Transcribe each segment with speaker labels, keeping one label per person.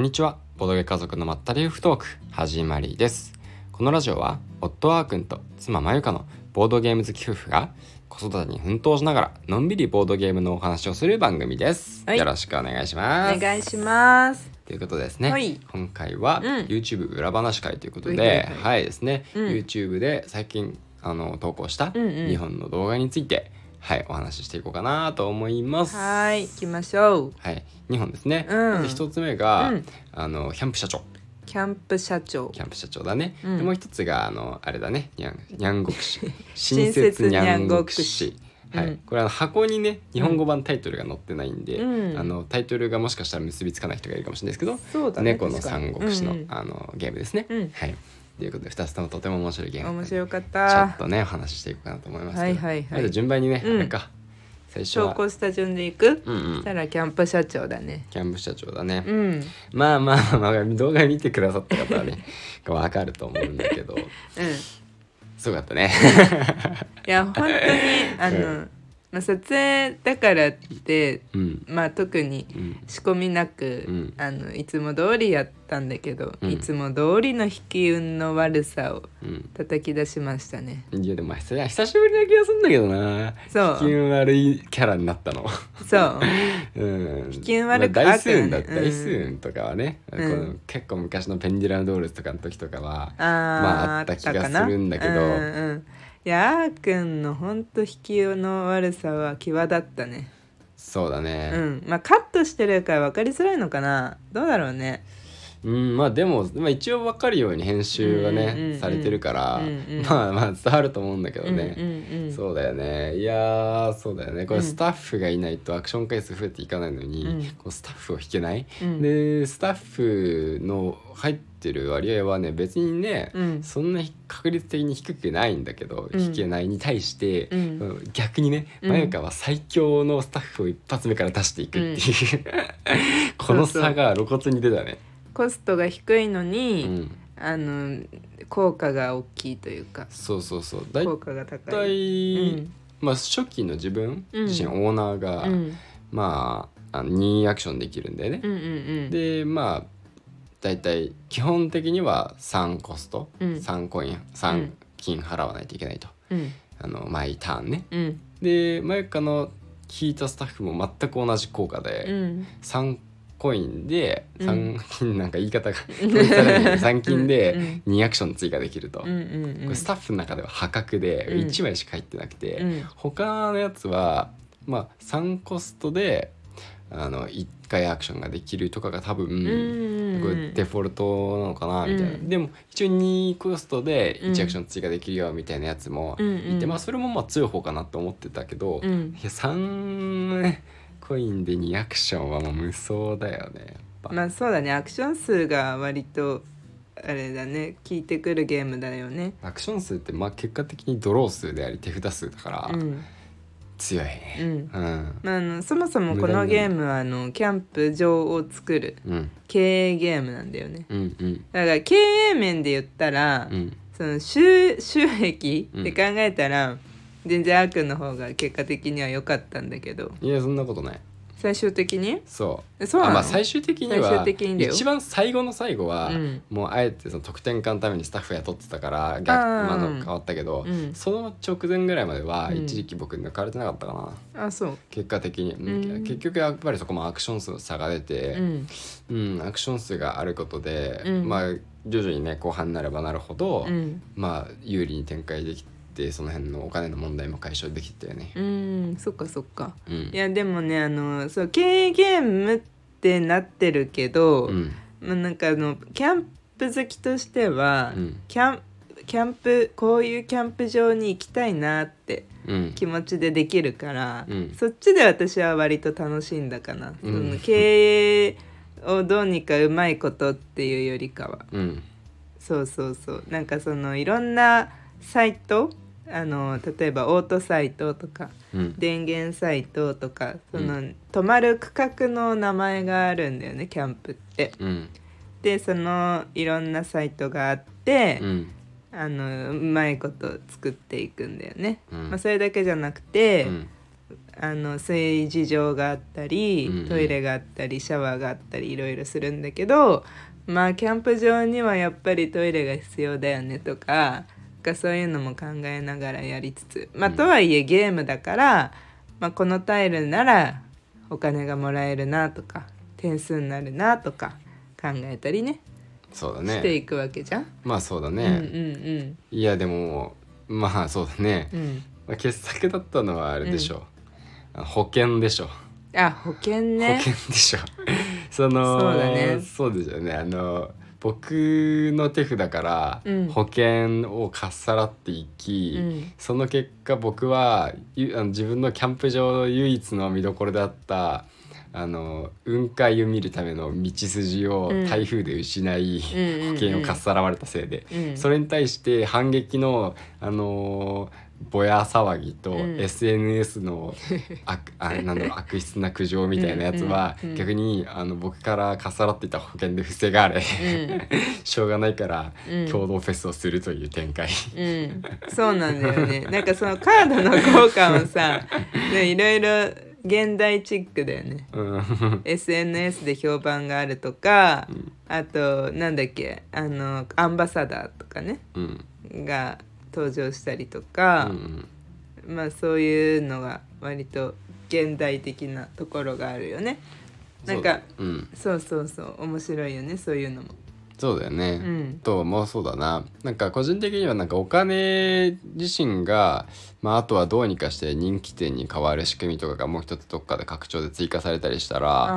Speaker 1: にちはボドゲ家族のまったり夫婦トーク始まりですこのラジオは夫ワー君と妻まゆかのボードゲーム好き夫婦が子育てに奮闘しながらのんびりボードゲームのお話をする番組です、
Speaker 2: はい
Speaker 1: よろしくお願いし
Speaker 2: お
Speaker 1: ます
Speaker 2: 願いします。
Speaker 1: ということでですね、
Speaker 2: はい
Speaker 1: 今回は
Speaker 2: うん
Speaker 1: YouTube 裏話会ということで、
Speaker 2: はいはい
Speaker 1: は
Speaker 2: はいい
Speaker 1: ですね、
Speaker 2: うん
Speaker 1: YouTube で最近あの投稿した
Speaker 2: うんうん
Speaker 1: 日本の動画について、はいお話ししていこうかなと思います。
Speaker 2: はーい、行きましょう。
Speaker 1: はい、2本ですね、
Speaker 2: うん
Speaker 1: まず1つ目が、
Speaker 2: うん
Speaker 1: あのキャンプ社長
Speaker 2: キャンプ社長
Speaker 1: キ。ャンプ社長だね、
Speaker 2: うん
Speaker 1: でもう1つがあのあれだねにゃんにゃんごく し
Speaker 2: 親切にゃんごくし
Speaker 1: はい
Speaker 2: うん
Speaker 1: これあの箱にね日本語版タイトルが載ってないんで、
Speaker 2: うん
Speaker 1: あのタイトルがもしかしたら結びつかない人がいるかもしれないですけど、
Speaker 2: そうだね。
Speaker 1: 猫の
Speaker 2: 確かに
Speaker 1: 三国志の,、
Speaker 2: うんうん
Speaker 1: あのゲームですね。
Speaker 2: うん
Speaker 1: はい。ということで二つともとても面白いゲームだったん
Speaker 2: 面
Speaker 1: で
Speaker 2: 白かっ。
Speaker 1: ちょったとねお話ししていこうかなと思いますけど。
Speaker 2: はいはいはい
Speaker 1: まず順番にね、
Speaker 2: うん
Speaker 1: あれか最初
Speaker 2: 証
Speaker 1: は
Speaker 2: 拠スタジオで行く。
Speaker 1: うんう
Speaker 2: そ
Speaker 1: ん
Speaker 2: したらキャンプ社長だね。
Speaker 1: キャンプ社長だね。
Speaker 2: うん。
Speaker 1: まあまあまあまあ動画見てくださった方はね わかると思うんだけど
Speaker 2: うん。い
Speaker 1: すごかったね。
Speaker 2: や、本当に、あ
Speaker 1: う
Speaker 2: の、まあ、撮影だからって、
Speaker 1: うん
Speaker 2: まあ、特に。
Speaker 1: うん
Speaker 2: 仕込みなく、
Speaker 1: うん
Speaker 2: あのいつも通りやったんだけど、
Speaker 1: うん
Speaker 2: いつも通りの引き運の悪さを
Speaker 1: うん。
Speaker 2: 叩き出しましたね。
Speaker 1: いやでも久久しぶりな気がするんだけどな。
Speaker 2: そう
Speaker 1: 気運悪いキャラになったの。
Speaker 2: そう。
Speaker 1: うん、引
Speaker 2: き運悪く
Speaker 1: まあ、大数運だ
Speaker 2: 悪くね
Speaker 1: 大数運とかはね、
Speaker 2: うん
Speaker 1: この結構昔のペンデュラムドールズとかの時とかは、
Speaker 2: あー
Speaker 1: まああった気がするんだけど
Speaker 2: あったかなうんうんいやあーくんのほんと引きの悪さは際立ったね
Speaker 1: そうだ
Speaker 2: う
Speaker 1: ね、
Speaker 2: んまあカットしてるから分かりづらいのかなどうだろうね
Speaker 1: うんまあでも、まあ、一応分かるように編集がね、
Speaker 2: うんうんうん
Speaker 1: されてるから、
Speaker 2: うんうん
Speaker 1: まあまあ伝わると思うんだけど
Speaker 2: う
Speaker 1: ね、
Speaker 2: んうんうん
Speaker 1: そうだよねいやーそうだよねこれ
Speaker 2: うん
Speaker 1: スタッフがいないとアクション回数増えていかないのに、
Speaker 2: うん
Speaker 1: こうスタッフを引けない、
Speaker 2: うん
Speaker 1: でスタッフの入ってる割合はね別にね、
Speaker 2: うん
Speaker 1: そんな確率的に低くないんだけど、
Speaker 2: うん
Speaker 1: 引けないに対して、
Speaker 2: うん
Speaker 1: うん逆にね、
Speaker 2: うん
Speaker 1: まゆかは最強のスタッフを一発目から出していくっていう、 この差が露骨に出たね。
Speaker 2: コストが低いの
Speaker 1: う
Speaker 2: に、
Speaker 1: ん、
Speaker 2: あの効果が大きいというか
Speaker 1: そうそうそうだい
Speaker 2: 効果が高
Speaker 1: た
Speaker 2: い、う
Speaker 1: い、
Speaker 2: ん
Speaker 1: まあ、初期の自分
Speaker 2: うん
Speaker 1: 自身、オーナーが、
Speaker 2: うん、
Speaker 1: まああの任意アクションできるんだよね
Speaker 2: うんう。んうん
Speaker 1: でまあ大体基本的には3コスト、
Speaker 2: うん
Speaker 1: 3コイン
Speaker 2: う
Speaker 1: 3
Speaker 2: ん
Speaker 1: 金払わないといけないと、
Speaker 2: うん
Speaker 1: あの毎ターンね
Speaker 2: うん
Speaker 1: でマユカの聞いたスタッフも全く同じ効果で、
Speaker 2: うん
Speaker 1: 3コインで
Speaker 2: うん
Speaker 1: 3金なんか言い 方が統一されない3金
Speaker 2: うん
Speaker 1: で2アクション追加できると、
Speaker 2: うんうん
Speaker 1: これスタッフの中では破格で
Speaker 2: うん
Speaker 1: 1枚しか入ってなくて、
Speaker 2: うん
Speaker 1: 他のやつはまあ3コストであの1回アクションができるとかが多分、
Speaker 2: うん
Speaker 1: これデフォルトなのかなみたいな、
Speaker 2: うん
Speaker 1: でも一応2コストで
Speaker 2: うん
Speaker 1: 1アクション追加できるよみたいなやつも
Speaker 2: うん
Speaker 1: いて、まあそれもまあ強い方かなと思ってたけど、
Speaker 2: う
Speaker 1: い
Speaker 2: ん
Speaker 1: や3コインで2アクションはもう無双だよねやっぱ、
Speaker 2: まあそうだねアクション数が割とあれだね効いてくるゲームだよね
Speaker 1: アクション数ってまあ結果的にドロー数であり手札数だから
Speaker 2: うん
Speaker 1: 強いうね
Speaker 2: ん、
Speaker 1: うん
Speaker 2: まあ、あのそもそもこのゲームはあのキャンプ場を作る
Speaker 1: うん
Speaker 2: 経営ゲームなんだよね
Speaker 1: うんうん
Speaker 2: だから経営面で言ったら、
Speaker 1: うん
Speaker 2: その収収益って考えたら、全然アークの方が結果的には良かったんだけど
Speaker 1: いやそんなことない
Speaker 2: 最終的に
Speaker 1: そう
Speaker 2: えそうなの
Speaker 1: あまあ最終的には
Speaker 2: 最終的にだよ
Speaker 1: 一番最後の最後は、
Speaker 2: うん
Speaker 1: もうあえてその得点化のためにスタッフ雇ってたから逆
Speaker 2: あー
Speaker 1: まあの変わったけど、
Speaker 2: うん
Speaker 1: その直前ぐらいまでは
Speaker 2: うん
Speaker 1: 一時期僕抜かれてなかったかな、
Speaker 2: あそう、
Speaker 1: 結果的に、うん
Speaker 2: うん
Speaker 1: 結局やっぱりそこもアクション数の差が出
Speaker 2: う
Speaker 1: て、
Speaker 2: ん
Speaker 1: うんアクション数があることで、
Speaker 2: うん
Speaker 1: まあ徐々にね後半になればなるほど、
Speaker 2: うん、
Speaker 1: まあ有利に展開できてその辺のお金の問題も解消できてたよね。
Speaker 2: うん、そっかそっか
Speaker 1: うん
Speaker 2: いやでもねあのそう経営ゲームってなってるけど、
Speaker 1: うん
Speaker 2: まあなんかあのキャンプ好きとしては、
Speaker 1: うん
Speaker 2: キャンキャンプこういうキャンプ場に行きたいなって
Speaker 1: うん
Speaker 2: 気持ちでできるから、
Speaker 1: うん
Speaker 2: そっちで私は割と楽しいんだかな、
Speaker 1: うん
Speaker 2: その経営をどうにかうまいことっていうよりかは
Speaker 1: うん
Speaker 2: そうそうそうなんかそのいろんなサイトあの例えばオートサイトとか
Speaker 1: うん
Speaker 2: 電源サイトとかその、
Speaker 1: う
Speaker 2: 泊まる区画の名前があるんだよねキャンプって。
Speaker 1: うん
Speaker 2: でそのいろんなサイトがあって、
Speaker 1: うん
Speaker 2: あのうまいこと作っていくんだよね。
Speaker 1: うん
Speaker 2: まあ、それだけじゃなくて、
Speaker 1: うん
Speaker 2: あの性事情があった
Speaker 1: うんう
Speaker 2: り
Speaker 1: ん
Speaker 2: トイレがあったりシャワーがあったりいろいろするんだけどまあキャンプ場にはやっぱりトイレが必要だよねとかなんかそういうのも考えながらやりつつまあ
Speaker 1: うん
Speaker 2: とはいえゲームだから、まあ、このタイルならお金がもらえるなとか点数になるなとか考えたりね
Speaker 1: そうだ
Speaker 2: して
Speaker 1: ね
Speaker 2: いくわけじゃん。
Speaker 1: まあそうだ
Speaker 2: う
Speaker 1: ね
Speaker 2: ん、うん
Speaker 1: いやでもまあそうだね
Speaker 2: う、んうん
Speaker 1: まあ、傑作だったのはあれでしょ、保険でしょ
Speaker 2: あ保険ね
Speaker 1: 保険でしょ その
Speaker 2: そうだね
Speaker 1: そうですよねあの僕の手札から
Speaker 2: うん
Speaker 1: 保険をかっさらっていき、
Speaker 2: うん
Speaker 1: その結果僕はゆあの自分のキャンプ場の唯一の見どころであったあの雲海を見るための道筋を
Speaker 2: うん
Speaker 1: 台風で失い、
Speaker 2: うんうんうん
Speaker 1: 保険をかっさらわれたせいで、
Speaker 2: うん
Speaker 1: それに対して反撃の、あのーぼや騒ぎと
Speaker 2: うん
Speaker 1: SNS の悪,、あなんだろう悪質な苦情みたいなやつは、
Speaker 2: うんうんうん
Speaker 1: 逆にあの僕からかっさらっていた保険で防がれ
Speaker 2: う
Speaker 1: しょうがないから、
Speaker 2: うん
Speaker 1: 共同フェスをするという展開。
Speaker 2: ん、うん、そうなんだよねなんかそのカードの効果もさねいろいろ現代チックだよね
Speaker 1: うん
Speaker 2: SNS で評判があるとか、あとなんだっけあのアンバサダーとかね
Speaker 1: うん
Speaker 2: が登場したりと
Speaker 1: う
Speaker 2: か、
Speaker 1: ん
Speaker 2: まあそういうのが割と現代的なところがあるよねなんか
Speaker 1: そう,、うん、
Speaker 2: そうそうそう面白いよねそういうのも
Speaker 1: そうだよね、
Speaker 2: うん
Speaker 1: とまあそうだななんか個人的にはなんかお金自身が、まあ、あとはどうにかして人気店に変わる仕組みとかがもう一つどっかで拡張で追加されたりしたら
Speaker 2: あ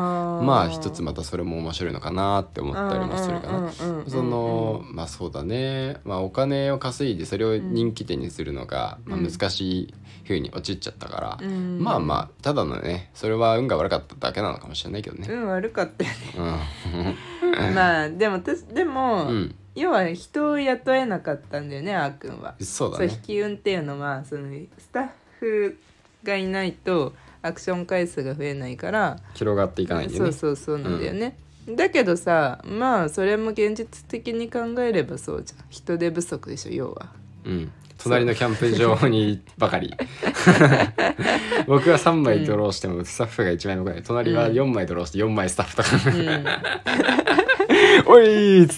Speaker 2: ー
Speaker 1: まあ一つまたそれも面白いのかなって思ったりもするかな。
Speaker 2: うんうんうんうんうん
Speaker 1: そのまあそうだね、まあ、お金を稼いでそれを人気店にするのが、
Speaker 2: うん
Speaker 1: まあ、難しい風に陥っちゃったから、
Speaker 2: うん
Speaker 1: まあまあただのねそれは運が悪かっただけなのかもしれないけどね。
Speaker 2: 運悪かったよね
Speaker 1: うん
Speaker 2: まあでも私でも、
Speaker 1: うん
Speaker 2: 要は人を雇えなかったんだよねあーくんは。
Speaker 1: そうだ
Speaker 2: そう
Speaker 1: ね
Speaker 2: 引き運っていうのはそのスタッフがいないとアクション回数が増えないから、
Speaker 1: 広がっていかないんで
Speaker 2: そ
Speaker 1: ね
Speaker 2: うそうそうなんだよね。だけどさまあそれも現実的に考えればそうじゃん人手不足でしょ要 は。
Speaker 1: うん、隣のキャンプ場にば かり僕は3枚ドローしてもスタッフが1枚も来ない隣は4枚ドローして4枚スタッフとか
Speaker 2: うん、
Speaker 1: おいーっつっ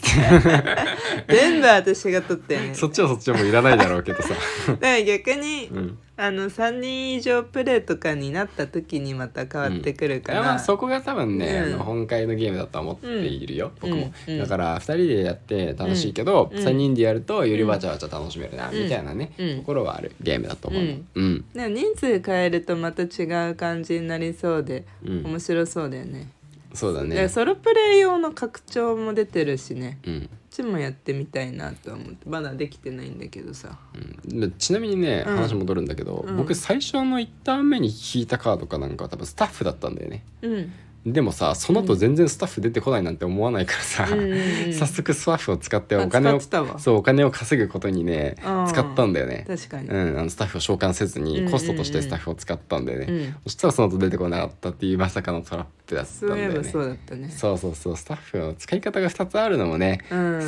Speaker 2: 全部私が取ったよね
Speaker 1: てそっちはそっちはもういらないだろうけどさ、
Speaker 2: だから逆に、
Speaker 1: うん、
Speaker 2: あの3人以上プレイとかになった時にまた変わってくるから、
Speaker 1: まあそこが多分ね、
Speaker 2: うん
Speaker 1: あの本会のゲームだとは思っているよ、
Speaker 2: うん
Speaker 1: 僕も、
Speaker 2: うん
Speaker 1: だから2人でやって楽しいけど、
Speaker 2: うん
Speaker 1: 3人でやるとよりわちゃわちゃ楽しめるな、
Speaker 2: うん
Speaker 1: みたいなね、
Speaker 2: うん
Speaker 1: ところはあるゲームだと思うねうん、
Speaker 2: でも人数変えるとまた違う感じになりそうで
Speaker 1: うん
Speaker 2: 面白そうだよね,、
Speaker 1: そうだ
Speaker 2: だから
Speaker 1: ね
Speaker 2: ソロプレイ用の拡張も出てるしねこ
Speaker 1: うん
Speaker 2: っちもやってみたいなとは思ってまだできてないんだけどさ
Speaker 1: うんでちなみにね、
Speaker 2: うん
Speaker 1: 話戻るんだけど、
Speaker 2: うん
Speaker 1: 僕最初の1ターン目に引いたカードかなんかは多分スタッフだったんだよね
Speaker 2: うん
Speaker 1: でもさその後全然スタッフ出てこないなんて思わないからさ、
Speaker 2: うんうんうん
Speaker 1: 早速スタッフを使ってお金
Speaker 2: あ
Speaker 1: を
Speaker 2: 使ってたわ
Speaker 1: そうお金を稼ぐことにね
Speaker 2: あー
Speaker 1: 使ったんだよね
Speaker 2: 確かに、
Speaker 1: うん、あのスタッフを召喚せず
Speaker 2: うんうんう
Speaker 1: に
Speaker 2: ん
Speaker 1: コストとしてスタッフを使ったんだよね、
Speaker 2: うん
Speaker 1: そしたらその後出てこなかったっていうまさかのトラップだったん
Speaker 2: そう
Speaker 1: だ
Speaker 2: いえ
Speaker 1: よ
Speaker 2: ば
Speaker 1: ね
Speaker 2: そうだったね
Speaker 1: そうそうそうスタッフの使い方が2つあるのもね、
Speaker 2: うん
Speaker 1: そ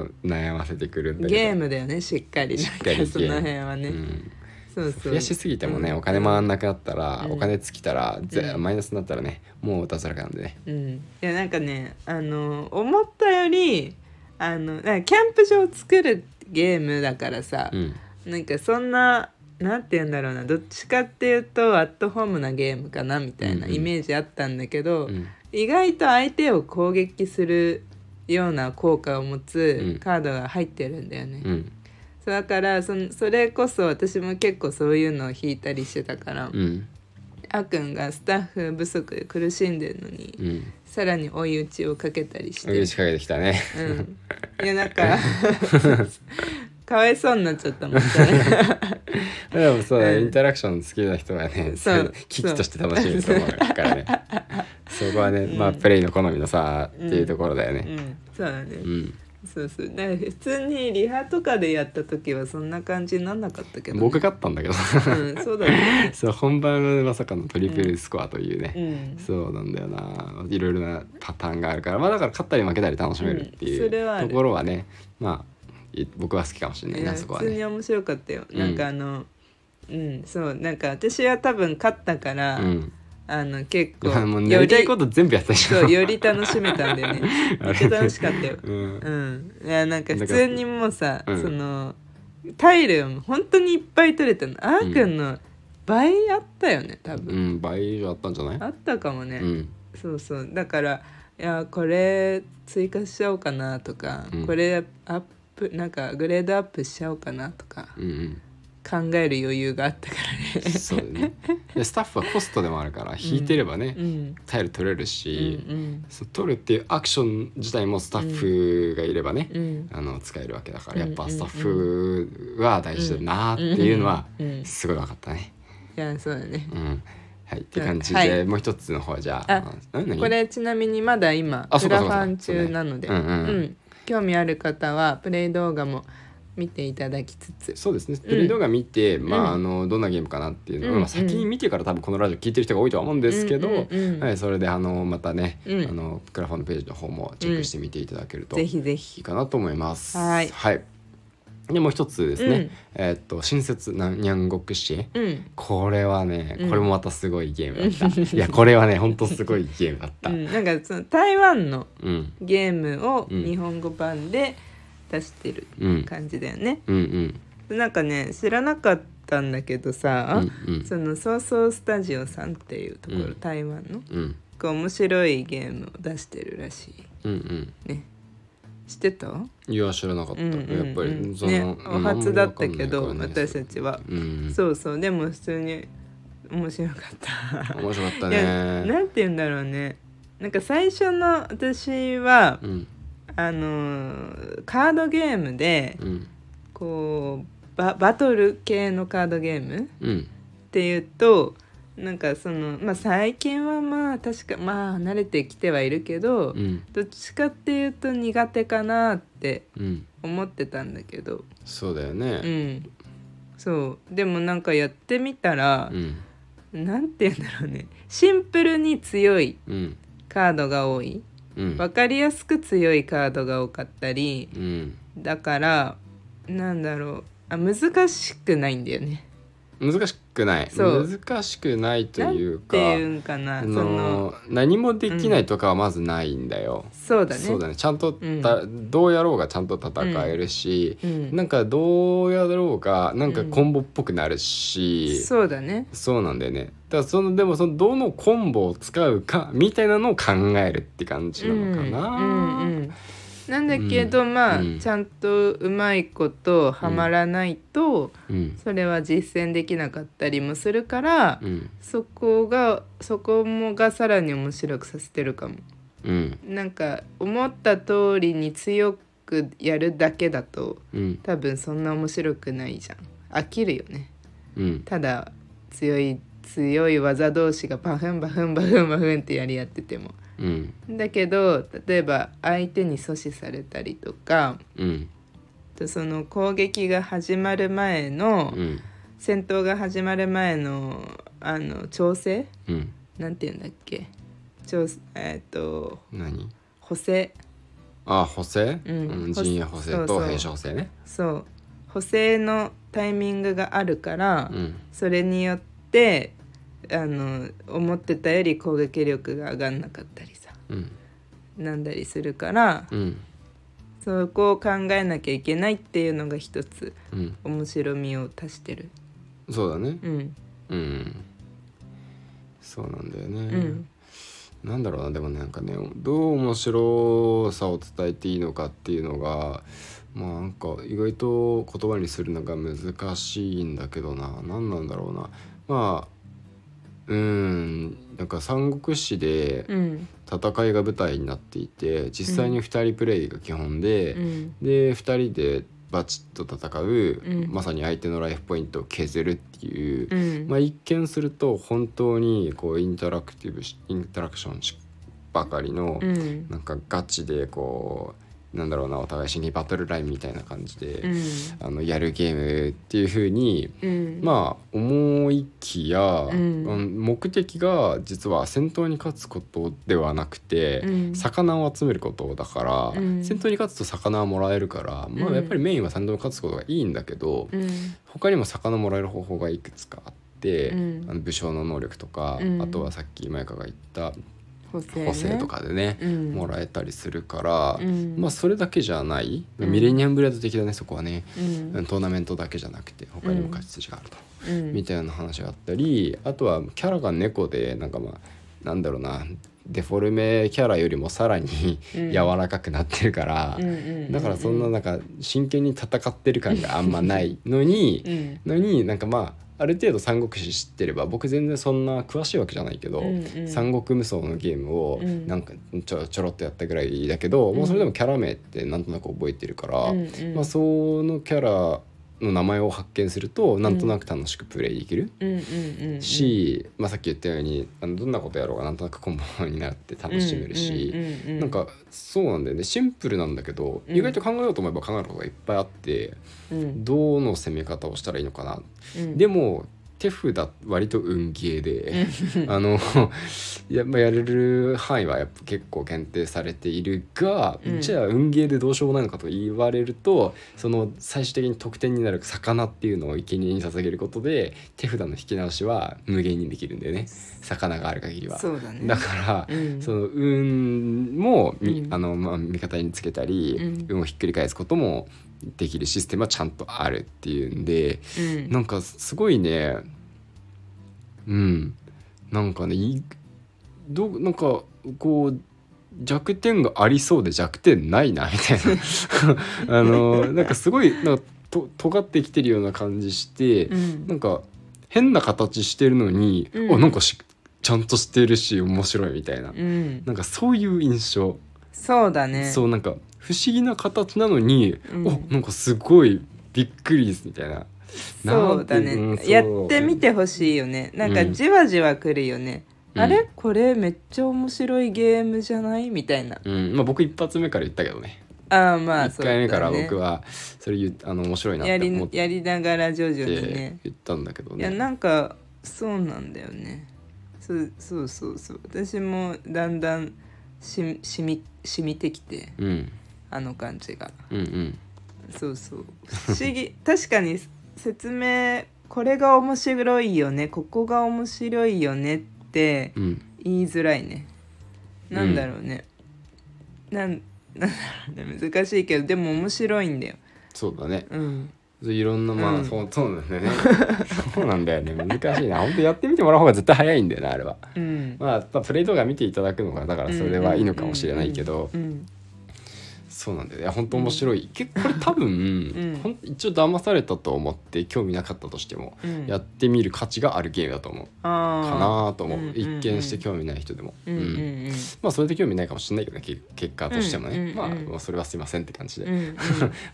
Speaker 1: う悩ませてくるんだけど
Speaker 2: ゲームだよねしっかり
Speaker 1: しっかりゲー
Speaker 2: なん
Speaker 1: ム
Speaker 2: かその辺はね、
Speaker 1: うん
Speaker 2: そうそう
Speaker 1: 増やしすぎてもね、お金回んなくなったら、
Speaker 2: うん
Speaker 1: お金尽きたら、ぜ
Speaker 2: うん
Speaker 1: マイナスになったらねもう脱落なんでね
Speaker 2: うん、いやなんかねあの思ったよりあのなんかキャンプ場を作るゲームだからさ
Speaker 1: う、ん
Speaker 2: なんかそんななんて言うんだろうなどっちかっていうとアットホームなゲームかなみたいな
Speaker 1: うんうん
Speaker 2: イメージあったんだけ
Speaker 1: う
Speaker 2: ど、
Speaker 1: ん
Speaker 2: 意外と相手を攻撃するような効果を持
Speaker 1: うん
Speaker 2: つカードが入ってるんだよね。
Speaker 1: うん
Speaker 2: そうだからそのそれこそ私も結構そういうのを引いたりしてたから、
Speaker 1: うん
Speaker 2: あっくんがスタッフ不足で苦しんでるのに。
Speaker 1: うん
Speaker 2: さらに追い打ちをかけたりし
Speaker 1: 上
Speaker 2: て、
Speaker 1: 仕掛けてきたね
Speaker 2: うん、いやな んかかわいそうになっちゃったもんね
Speaker 1: でもそう、
Speaker 2: う
Speaker 1: イ
Speaker 2: ん
Speaker 1: ンタラクション好きな人はね
Speaker 2: そう
Speaker 1: そう危機として楽しめると思うからねそこはね、まあプレイの好みのさっていうところだよ
Speaker 2: う
Speaker 1: ね
Speaker 2: んそうだね、
Speaker 1: うん、
Speaker 2: そうそうだから普通にリハとかでやった時はそんな感じになんなかったけど、ね、
Speaker 1: 僕勝ったん だけど
Speaker 2: うんそうだね
Speaker 1: そう本番のまさかのトリプルスコアというね、
Speaker 2: うん
Speaker 1: そうなんだよないろいろなパターンがあるからまあだから勝ったり負けたり楽しめるってい
Speaker 2: うんそれはあ
Speaker 1: う
Speaker 2: る
Speaker 1: ところはね、まあい僕は好きかもしれない
Speaker 2: い
Speaker 1: な
Speaker 2: や
Speaker 1: そこは
Speaker 2: 普通に
Speaker 1: ね。
Speaker 2: 面白かったよ、
Speaker 1: うん
Speaker 2: なんかあのうんそうなんか私は多分勝ったから、
Speaker 1: うん
Speaker 2: あの結
Speaker 1: い
Speaker 2: 構
Speaker 1: やもうや
Speaker 2: よ
Speaker 1: りたい
Speaker 2: り
Speaker 1: こと全部やったでしょ
Speaker 2: そうより楽しめたんだよね めっちゃ楽しかったよ
Speaker 1: うん
Speaker 2: うんいやなんか
Speaker 1: だ
Speaker 2: 普
Speaker 1: から
Speaker 2: 通にもうさ、
Speaker 1: うん
Speaker 2: そのタイルも本当にいっぱい取れたのあーくんの倍あったよね多
Speaker 1: う
Speaker 2: 分、
Speaker 1: ん倍以上あったんじゃない
Speaker 2: あったかもね、
Speaker 1: うん
Speaker 2: そうそうだからいやこれ追加しちゃおうかなとか、
Speaker 1: うん
Speaker 2: これアップなんかグレードアップしちゃおうかなとか
Speaker 1: うん
Speaker 2: 考える余裕があったか
Speaker 1: うんそうだねでスタッフはコストでもあるから引いてればね
Speaker 2: ら、うん、
Speaker 1: タイル取れる
Speaker 2: うん
Speaker 1: しそう取るっていうアクション自体もスタッフがいればね
Speaker 2: うんうん
Speaker 1: あの使えるわけだか
Speaker 2: う
Speaker 1: ら
Speaker 2: ん
Speaker 1: やっぱスタッフは大事だなっていうのは
Speaker 2: うんうんい
Speaker 1: すごい分かったね。
Speaker 2: やそうだね
Speaker 1: うんはいって感じ
Speaker 2: は
Speaker 1: で
Speaker 2: い
Speaker 1: もう一つの方じゃ
Speaker 2: あ
Speaker 1: うん何
Speaker 2: これちなみにまだ今
Speaker 1: あそ
Speaker 2: ク
Speaker 1: うか
Speaker 2: ラ
Speaker 1: そ
Speaker 2: フ
Speaker 1: うか
Speaker 2: ァン中なので、
Speaker 1: そうねうんうん
Speaker 2: 興味ある方はプレイ動画も見ていただきつつ
Speaker 1: そうですねプレイ動画見て、まあ、あ
Speaker 2: う
Speaker 1: のどんなゲームかなっていうのを、
Speaker 2: うん
Speaker 1: まあ、先に見てから多分このラジオ聞いてる人が多いとは思うんですけど、
Speaker 2: うんうんうん
Speaker 1: はい、それであのまたね、
Speaker 2: うん
Speaker 1: あのクラファンのページの方もチェックしてみていただけると
Speaker 2: ぜ
Speaker 1: い
Speaker 2: ひぜ
Speaker 1: い
Speaker 2: ひ
Speaker 1: かなと思います。
Speaker 2: はい
Speaker 1: でもう一つですね、
Speaker 2: うん
Speaker 1: えーっと新設なにゃんごくし
Speaker 2: うん、
Speaker 1: これはね
Speaker 2: うん
Speaker 1: これもまたすごいゲームだった、いやこれはねほんとすごいゲームだった
Speaker 2: う
Speaker 1: うん、
Speaker 2: ん、なんかその台湾のゲームを
Speaker 1: うん
Speaker 2: 日本語版で出してる
Speaker 1: うん
Speaker 2: 感じだよね。
Speaker 1: うんうん
Speaker 2: なんかね知らなかったんだけどさ、
Speaker 1: うんうん
Speaker 2: そのソーソースタジオさんっていうところ、
Speaker 1: うん
Speaker 2: 台湾の
Speaker 1: うん
Speaker 2: こう面白いゲームを出してるらし
Speaker 1: うんうん
Speaker 2: いね。知ってた？
Speaker 1: いや知らなかった、
Speaker 2: うんうんうん
Speaker 1: やっぱりその、
Speaker 2: ね、お
Speaker 1: うん
Speaker 2: 初だったけど、
Speaker 1: あんまりわかんない
Speaker 2: 私
Speaker 1: か
Speaker 2: たちは
Speaker 1: ら、ねうん、
Speaker 2: そうそうでも普通に面白かった。
Speaker 1: 面白かった
Speaker 2: いや
Speaker 1: ね
Speaker 2: なんて言うんだろうね。なんか最初の私は、
Speaker 1: うん
Speaker 2: あのーカードゲームで
Speaker 1: うん
Speaker 2: こうババトル系のカードゲームっ
Speaker 1: うん
Speaker 2: ていうとなんかその、まあ、最近はまあ確かまあ慣れてきてはいるけ
Speaker 1: う
Speaker 2: ど、
Speaker 1: ん
Speaker 2: どっちかっていうと苦手かなって
Speaker 1: うん
Speaker 2: 思ってたんだけど、
Speaker 1: そうだよ
Speaker 2: う
Speaker 1: ね
Speaker 2: ん、そうでもなんかやってみたら
Speaker 1: う、ん
Speaker 2: なんて言うんだろうねシンプルに強い
Speaker 1: うん
Speaker 2: カードが多い
Speaker 1: うん
Speaker 2: 分かりやすく強いカードが多かったり。
Speaker 1: うん
Speaker 2: だからなんだろうあ難しくないんだよね。
Speaker 1: 難しくない
Speaker 2: そう
Speaker 1: 難しくないと
Speaker 2: なん
Speaker 1: いうか
Speaker 2: ていうんかな
Speaker 1: あ
Speaker 2: そ
Speaker 1: の
Speaker 2: の
Speaker 1: 何もできないとかはまずないんだよ、
Speaker 2: そうだね。
Speaker 1: そうだねちゃんと
Speaker 2: うん
Speaker 1: た、どうやろうがちゃんと戦えるし、
Speaker 2: うん
Speaker 1: なんかどうやろうがなんか
Speaker 2: うん
Speaker 1: コンボっぽくなるし、
Speaker 2: そうだね。
Speaker 1: そうなんだよねだからそのでもそのどのコンボを使うかみたいなのを考えるって感じなのかな、
Speaker 2: うんうんうんなんだけど、まあ、
Speaker 1: うん
Speaker 2: ちゃんとうまいことはまらないと、
Speaker 1: うん
Speaker 2: それは実践できなかったりもするから、
Speaker 1: うん
Speaker 2: そこがそこもがさらに面白くさせてるかも。
Speaker 1: うん
Speaker 2: なんか思った通りに強くやるだけだと
Speaker 1: うん
Speaker 2: 多分そんな面白くないじゃん。飽きるよね。
Speaker 1: うん
Speaker 2: ただ強い強い技同士がバフンバフンバフンバフンってやり合ってても
Speaker 1: うん
Speaker 2: だけど例えば相手に阻止されたりとか
Speaker 1: うん
Speaker 2: とその攻撃が始まる前の
Speaker 1: うん
Speaker 2: 戦闘が始まる前のあの調整
Speaker 1: うん
Speaker 2: なんて言うんだっけ調整えっ、と
Speaker 1: 何
Speaker 2: 補正
Speaker 1: あ補正、
Speaker 2: うん
Speaker 1: うん、陣営補正
Speaker 2: そう
Speaker 1: と
Speaker 2: そう
Speaker 1: 弊社補正ね
Speaker 2: そう補正のタイミングがあるから、
Speaker 1: うん
Speaker 2: それによってあの思ってたより攻撃力が上がんなかったりさ
Speaker 1: うん
Speaker 2: なんだりするから、
Speaker 1: うん
Speaker 2: そこを考えなきゃいけないっていうのが一つ
Speaker 1: うん
Speaker 2: 面白みを足してる。
Speaker 1: そうだね
Speaker 2: うん
Speaker 1: うんそうなんだよね、
Speaker 2: うん
Speaker 1: なんだろうなでもなんかねどう面白さを伝えていいのかっていうのがまあなんか意外と言葉にするのが難しいんだけどな何なんだろうなまあうーんなんか三国志で
Speaker 2: うん
Speaker 1: 戦いが舞台になっていて実際に2人プレイが基本で、
Speaker 2: うん
Speaker 1: で2人でバチッと戦う、
Speaker 2: うん
Speaker 1: まさに相手のライフポイントを削るっていう
Speaker 2: う、ん
Speaker 1: まあ、一見すると本当にこうインタラクティブしインタラクションしばかりの
Speaker 2: うん
Speaker 1: なんかガチでこうなんだろうなお互い心理バトルラインみたいな感じ
Speaker 2: う
Speaker 1: で、
Speaker 2: ん
Speaker 1: あのやるゲームっていう風に
Speaker 2: うん
Speaker 1: まあ思いきや、
Speaker 2: うん
Speaker 1: うん目的が実は戦闘に勝つことではなくて、
Speaker 2: うん
Speaker 1: 魚を集めることだから、
Speaker 2: うん
Speaker 1: 戦闘に勝つと魚はもらえるから、ま
Speaker 2: う
Speaker 1: あ、
Speaker 2: ん
Speaker 1: やっぱりメインは戦闘に勝つことがいいんだけど、
Speaker 2: うん
Speaker 1: 他にも魚もらえる方法がいくつかあって、
Speaker 2: うん
Speaker 1: あの武将の能力とか、
Speaker 2: うん
Speaker 1: あとはさっきマイカが言った
Speaker 2: 補正ね
Speaker 1: 個性とかでね、
Speaker 2: うん
Speaker 1: もらえたりするから、
Speaker 2: うん
Speaker 1: まあそれだけじゃない、
Speaker 2: うん
Speaker 1: ミレニアムブレード的だねそこはね、
Speaker 2: うん
Speaker 1: トーナメントだけじゃなくて他にも勝ち筋があると。
Speaker 2: うん
Speaker 1: みたいな話があったりあとはキャラが猫でなんかまあなんだろうなデフォルメキャラよりもさらに
Speaker 2: うん
Speaker 1: 柔らかくなってるから、
Speaker 2: うんうん
Speaker 1: だからそんななんか真剣に戦ってる感があんまないのに
Speaker 2: う、ん
Speaker 1: のになんかまあある程度三国志知ってれば僕全然そんな詳しいわけじゃないけど、
Speaker 2: うんうん
Speaker 1: 三国無双のゲームを
Speaker 2: うん
Speaker 1: なんかちょちょろっとやったぐらいだけど、もうそれでもキャラ名ってなんとなく覚えてるから、
Speaker 2: うんうん
Speaker 1: まあ、そのキャラの名前を発見するとなんとなく楽しくプレイできる。
Speaker 2: うんうんうんうん
Speaker 1: し、まあ、さっき言ったようにあのどんなことやろうがなんとなくコンボになって楽しめるし、
Speaker 2: うんうんうん
Speaker 1: なんかそうなんだよねシンプルなんだけど、
Speaker 2: うん
Speaker 1: 意外と考えようと思えば考えることがいっぱいあって
Speaker 2: うん
Speaker 1: どの攻め方をしたらいいのかな、
Speaker 2: うん
Speaker 1: でも手札割と運ゲーで、あの や,、まあ、やれる範囲はやっぱ結構限定されているが、
Speaker 2: うん
Speaker 1: じゃあ運ゲーでどうしようもないのかと言われるとその最終的に得点になる魚っていうのを生贄に捧げることで手札の引き直しは無限にできるんだよね魚がある限りは。
Speaker 2: そうだね
Speaker 1: だから、
Speaker 2: うん
Speaker 1: その運も、み
Speaker 2: うん
Speaker 1: あのまあ、味方につけたり、
Speaker 2: うん
Speaker 1: 運をひっくり返すこともできるシステムはちゃんとあるっていうんで、
Speaker 2: うん
Speaker 1: なんかすごいねうんなんかねいどうなんかこう弱点がありそうで弱点ないなみたいな あのなんかすごいなんかと尖ってきてるような感じして、
Speaker 2: うん
Speaker 1: なんか変な形してるのに、
Speaker 2: うん
Speaker 1: あなんかしちゃんとしてるし面白いみたいな、
Speaker 2: うん
Speaker 1: なんかそういう印象、
Speaker 2: そうだね
Speaker 1: そうなんか不思議な形なのに、
Speaker 2: うん
Speaker 1: おなんかすごいびっくりですみたいな。
Speaker 2: そうだ
Speaker 1: な
Speaker 2: ね、
Speaker 1: んてうんそう
Speaker 2: やってみてほしいよねなんか
Speaker 1: うん
Speaker 2: じわじわくるよね、
Speaker 1: うん
Speaker 2: あれこれめっちゃ面白いゲームじゃないみたいな
Speaker 1: うんまあ、僕一発目から言ったけどね
Speaker 2: ああまあ
Speaker 1: 一回目から僕
Speaker 2: は
Speaker 1: はそれ言うあの面白いな
Speaker 2: や
Speaker 1: って
Speaker 2: り
Speaker 1: 思って
Speaker 2: やりながら徐々にね
Speaker 1: 言ったんだけど
Speaker 2: いや
Speaker 1: ね。
Speaker 2: なんかそうなんだよねそうそうそうそう私もだんだんししみしみてきて
Speaker 1: うん
Speaker 2: あの感じが
Speaker 1: うんうん
Speaker 2: そうそう不思 議確かに説明これが面白いよねここが面白いよねって
Speaker 1: うん
Speaker 2: 言いづらいね
Speaker 1: うん
Speaker 2: なんだろうね、なん なんだろうね難しいけどでも面白いんだよ
Speaker 1: そうだね
Speaker 2: うん
Speaker 1: そういろんなまあ、
Speaker 2: うん
Speaker 1: そうそうなんだよね そうなんだよね難しいな本当やってみてもらう方が絶対早いんだよなあれは。
Speaker 2: うん
Speaker 1: まあ、まあ、プレイ動画見ていただくのがだからそれはいいのかもしれないけど、
Speaker 2: うん
Speaker 1: そうなんだよね本当面白い、結構これ多分、
Speaker 2: うん
Speaker 1: ほん一応騙されたと思って興味なかったとしても、
Speaker 2: うん
Speaker 1: やってみる価値があるゲームだと思う。か
Speaker 2: あ
Speaker 1: なと思う、
Speaker 2: うんうんうん
Speaker 1: 一見して興味ない人でも、
Speaker 2: ーうんうん
Speaker 1: うんまあそれで興味ないかもしれないけどねけ結果としてもね、
Speaker 2: うんうんうん
Speaker 1: まあまあそれはすいませんって感じで、
Speaker 2: うんうんうん
Speaker 1: ま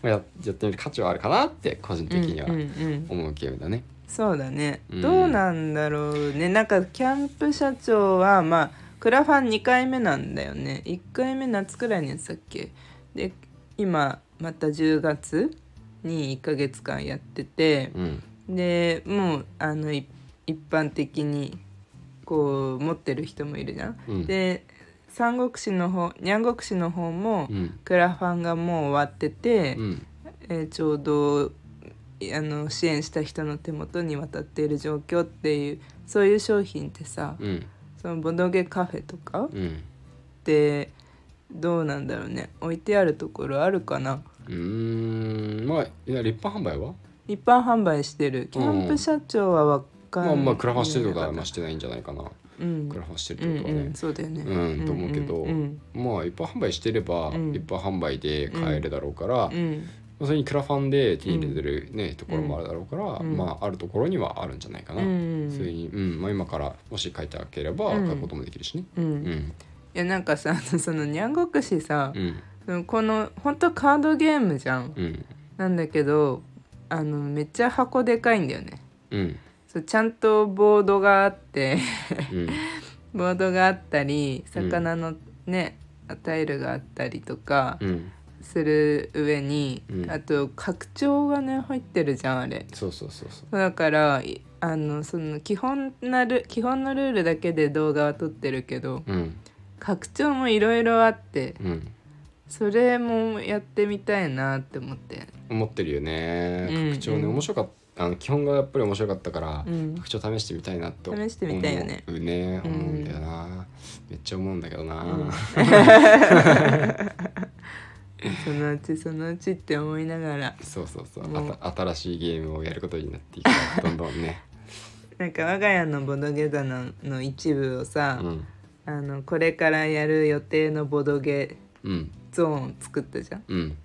Speaker 1: あややってみる価値はあるかなって個人的には
Speaker 2: うんうん
Speaker 1: 思うゲームだね。
Speaker 2: そうだね、
Speaker 1: うん
Speaker 2: どうなんだろうねなんかキャンプ社長はまあクラファン2回目なんだよね1回目夏くらいのやつだっけで今また10月に1ヶ月間やってて
Speaker 1: うん
Speaker 2: でもうあのい一般的にこう持ってる人もいるじゃん。
Speaker 1: うん
Speaker 2: で三国志の方ニャン国志の方も
Speaker 1: うん
Speaker 2: クラファンがもう終わってて、
Speaker 1: うん
Speaker 2: えーちょうどいあの支援した人の手元に渡っている状況っていうそういう商品ってさ、
Speaker 1: うん
Speaker 2: そのボドゲカフェとかっ
Speaker 1: うん
Speaker 2: てどうなんだろうね置いてあるところあるかな
Speaker 1: うーんまあいや立派販売は
Speaker 2: 一般販売してるキャンプ社長はわかん
Speaker 1: ま
Speaker 2: ない、
Speaker 1: あまあクラファンしてるとかはまあしてないんじゃないかな、
Speaker 2: うん
Speaker 1: クラファンして
Speaker 2: う
Speaker 1: るってこ
Speaker 2: ん
Speaker 1: と
Speaker 2: う
Speaker 1: はね。
Speaker 2: んそうだよね
Speaker 1: うんと思うけど
Speaker 2: うん
Speaker 1: まあ一般販売してれば、
Speaker 2: うん
Speaker 1: 一般販売で買えるだろうから、
Speaker 2: うんうん
Speaker 1: まあそれにクラファンで手に入れてる、ねところもあるだろうから、
Speaker 2: うん
Speaker 1: まあ、あるところにはあるんじゃないかな、
Speaker 2: うん
Speaker 1: それに、うんまあ、今からもし書いてあげれば
Speaker 2: う
Speaker 1: 書
Speaker 2: ん
Speaker 1: くこともできるしね。
Speaker 2: うん
Speaker 1: う
Speaker 2: い
Speaker 1: ん
Speaker 2: やなんかさあのそのニャンゴクシさ
Speaker 1: う、ん
Speaker 2: そのこの本当カードゲームじゃん
Speaker 1: うん
Speaker 2: なんだけどあのめっちゃ箱でかいんだよね
Speaker 1: うん
Speaker 2: そうちゃんとボードがあって
Speaker 1: うん
Speaker 2: ボードがあったり
Speaker 1: うん
Speaker 2: 魚のね、タイルがあったりとか
Speaker 1: う、ん
Speaker 2: する上に、
Speaker 1: うん
Speaker 2: あと拡張がね入ってるじゃんあれ
Speaker 1: そうそうそうそう
Speaker 2: だからいあのその基本なる基本のルールだけで動画は撮ってるけど
Speaker 1: うん
Speaker 2: 拡張もいろいろあって
Speaker 1: うん
Speaker 2: それもやってみたいなって思って
Speaker 1: 思ってるよね
Speaker 2: うん
Speaker 1: 拡張ね、
Speaker 2: うん
Speaker 1: 面白かったあの基本がやっぱり面白かったから、
Speaker 2: うん
Speaker 1: 拡張試してみたいなと
Speaker 2: 試してみたいよね
Speaker 1: 思うね
Speaker 2: う
Speaker 1: 思
Speaker 2: ん
Speaker 1: うんだよな、めっちゃ思うんだけどな、
Speaker 2: うんそのうちそのうちって思いながら
Speaker 1: そうそうそう
Speaker 2: もう
Speaker 1: あた新しいゲームをやることになっていくからどんどんね、
Speaker 2: なんか我が家のボドゲ棚の一部をさ、
Speaker 1: うん、
Speaker 2: あのこれからやる予定のボドゲ
Speaker 1: うん
Speaker 2: ゾーンを作ったじゃん
Speaker 1: うん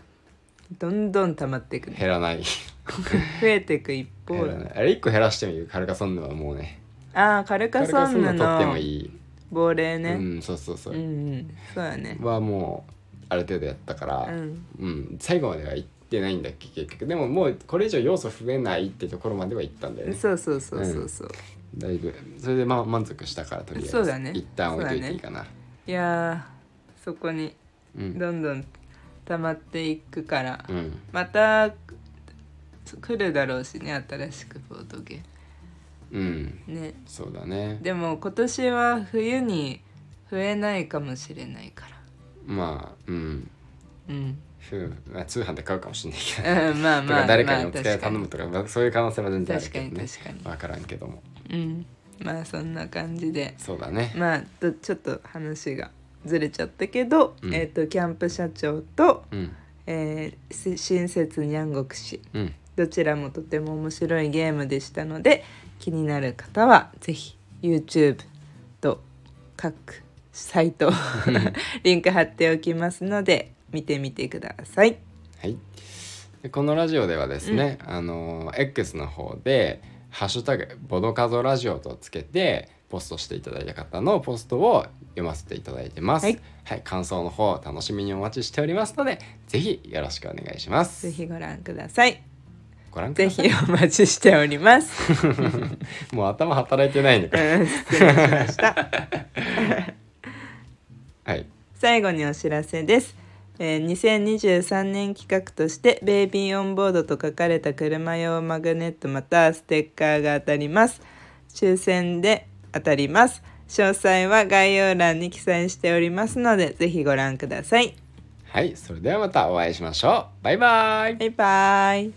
Speaker 2: どんどん溜まっていくね
Speaker 1: 減らない
Speaker 2: 増えていく一方
Speaker 1: 減ら
Speaker 2: だ、
Speaker 1: ない
Speaker 2: ね、
Speaker 1: あれ一個減らしてもいいカルカソンヌはもうね
Speaker 2: ああカルカソンヌ
Speaker 1: とって
Speaker 2: の
Speaker 1: もいい、
Speaker 2: 亡霊ね
Speaker 1: うんそうそうそうう、
Speaker 2: んうんそうだね
Speaker 1: はもうある程度やったから、
Speaker 2: うん
Speaker 1: うん、最後までは行ってないんだっけ結局でももうこれ以上要素増えないってところまでは行ったんだよね
Speaker 2: そうそうそうそうそう、
Speaker 1: だいぶそれでまあ満足したからとりあえず
Speaker 2: そうだね
Speaker 1: 一旦置いといていいかな
Speaker 2: いやーそこに
Speaker 1: う,、ん、
Speaker 2: どんどん溜まっていくから、
Speaker 1: うん、
Speaker 2: また来るだろうしね新しくボードゲ
Speaker 1: うん、
Speaker 2: ね
Speaker 1: そうだね
Speaker 2: でも今年は冬に増えないかもしれないから
Speaker 1: まあうん
Speaker 2: うん、
Speaker 1: ふうまあ通販で買うかもしれないけど、
Speaker 2: うん、まあ
Speaker 1: と
Speaker 2: ま
Speaker 1: か
Speaker 2: あ
Speaker 1: 誰かに
Speaker 2: ま
Speaker 1: お
Speaker 2: あ
Speaker 1: 使いを頼むとか,、そういう可能性は全然ある
Speaker 2: 確
Speaker 1: け
Speaker 2: か
Speaker 1: ど
Speaker 2: に
Speaker 1: ね
Speaker 2: 確かに確か
Speaker 1: 分からんけども
Speaker 2: にうんまあそんな感じで
Speaker 1: そうだね
Speaker 2: まあとちょっと話がずれちゃったけど、
Speaker 1: うん
Speaker 2: えっ、とキャンプ社長と、
Speaker 1: うん
Speaker 2: えーし親切に暗黒師
Speaker 1: うん
Speaker 2: どちらもとても面白いゲームでしたので気になる方はぜひ YouTube と各サイト リンク貼っておきますので見てみてください。
Speaker 1: はい、でこのラジオではですね、あの X の方で「ハッシュタグボドカゾラジオ」とつけてポストしていただいた方のポストを読ませていただいてます。
Speaker 2: は
Speaker 1: はいい、感想の方楽しみにお待ちしておりますので、ぜひよろしくお願いします。
Speaker 2: ぜひご覧ください。
Speaker 1: ご覧く
Speaker 2: ぜ
Speaker 1: だ
Speaker 2: ひ
Speaker 1: さい。
Speaker 2: お待ちしております。
Speaker 1: もう頭働いてないの
Speaker 2: う
Speaker 1: か。
Speaker 2: ん 失礼しました。
Speaker 1: はい。
Speaker 2: 最後にお知らせです、えー2023年企画として「ベイビーオンボード」と書かれた車用マグネットまたはステッカーが当たります抽選で当たります詳細は概要欄に記載しておりますのでぜひご覧ください
Speaker 1: はい、それではまたお会いしましょう。バイバイ。
Speaker 2: バイバイ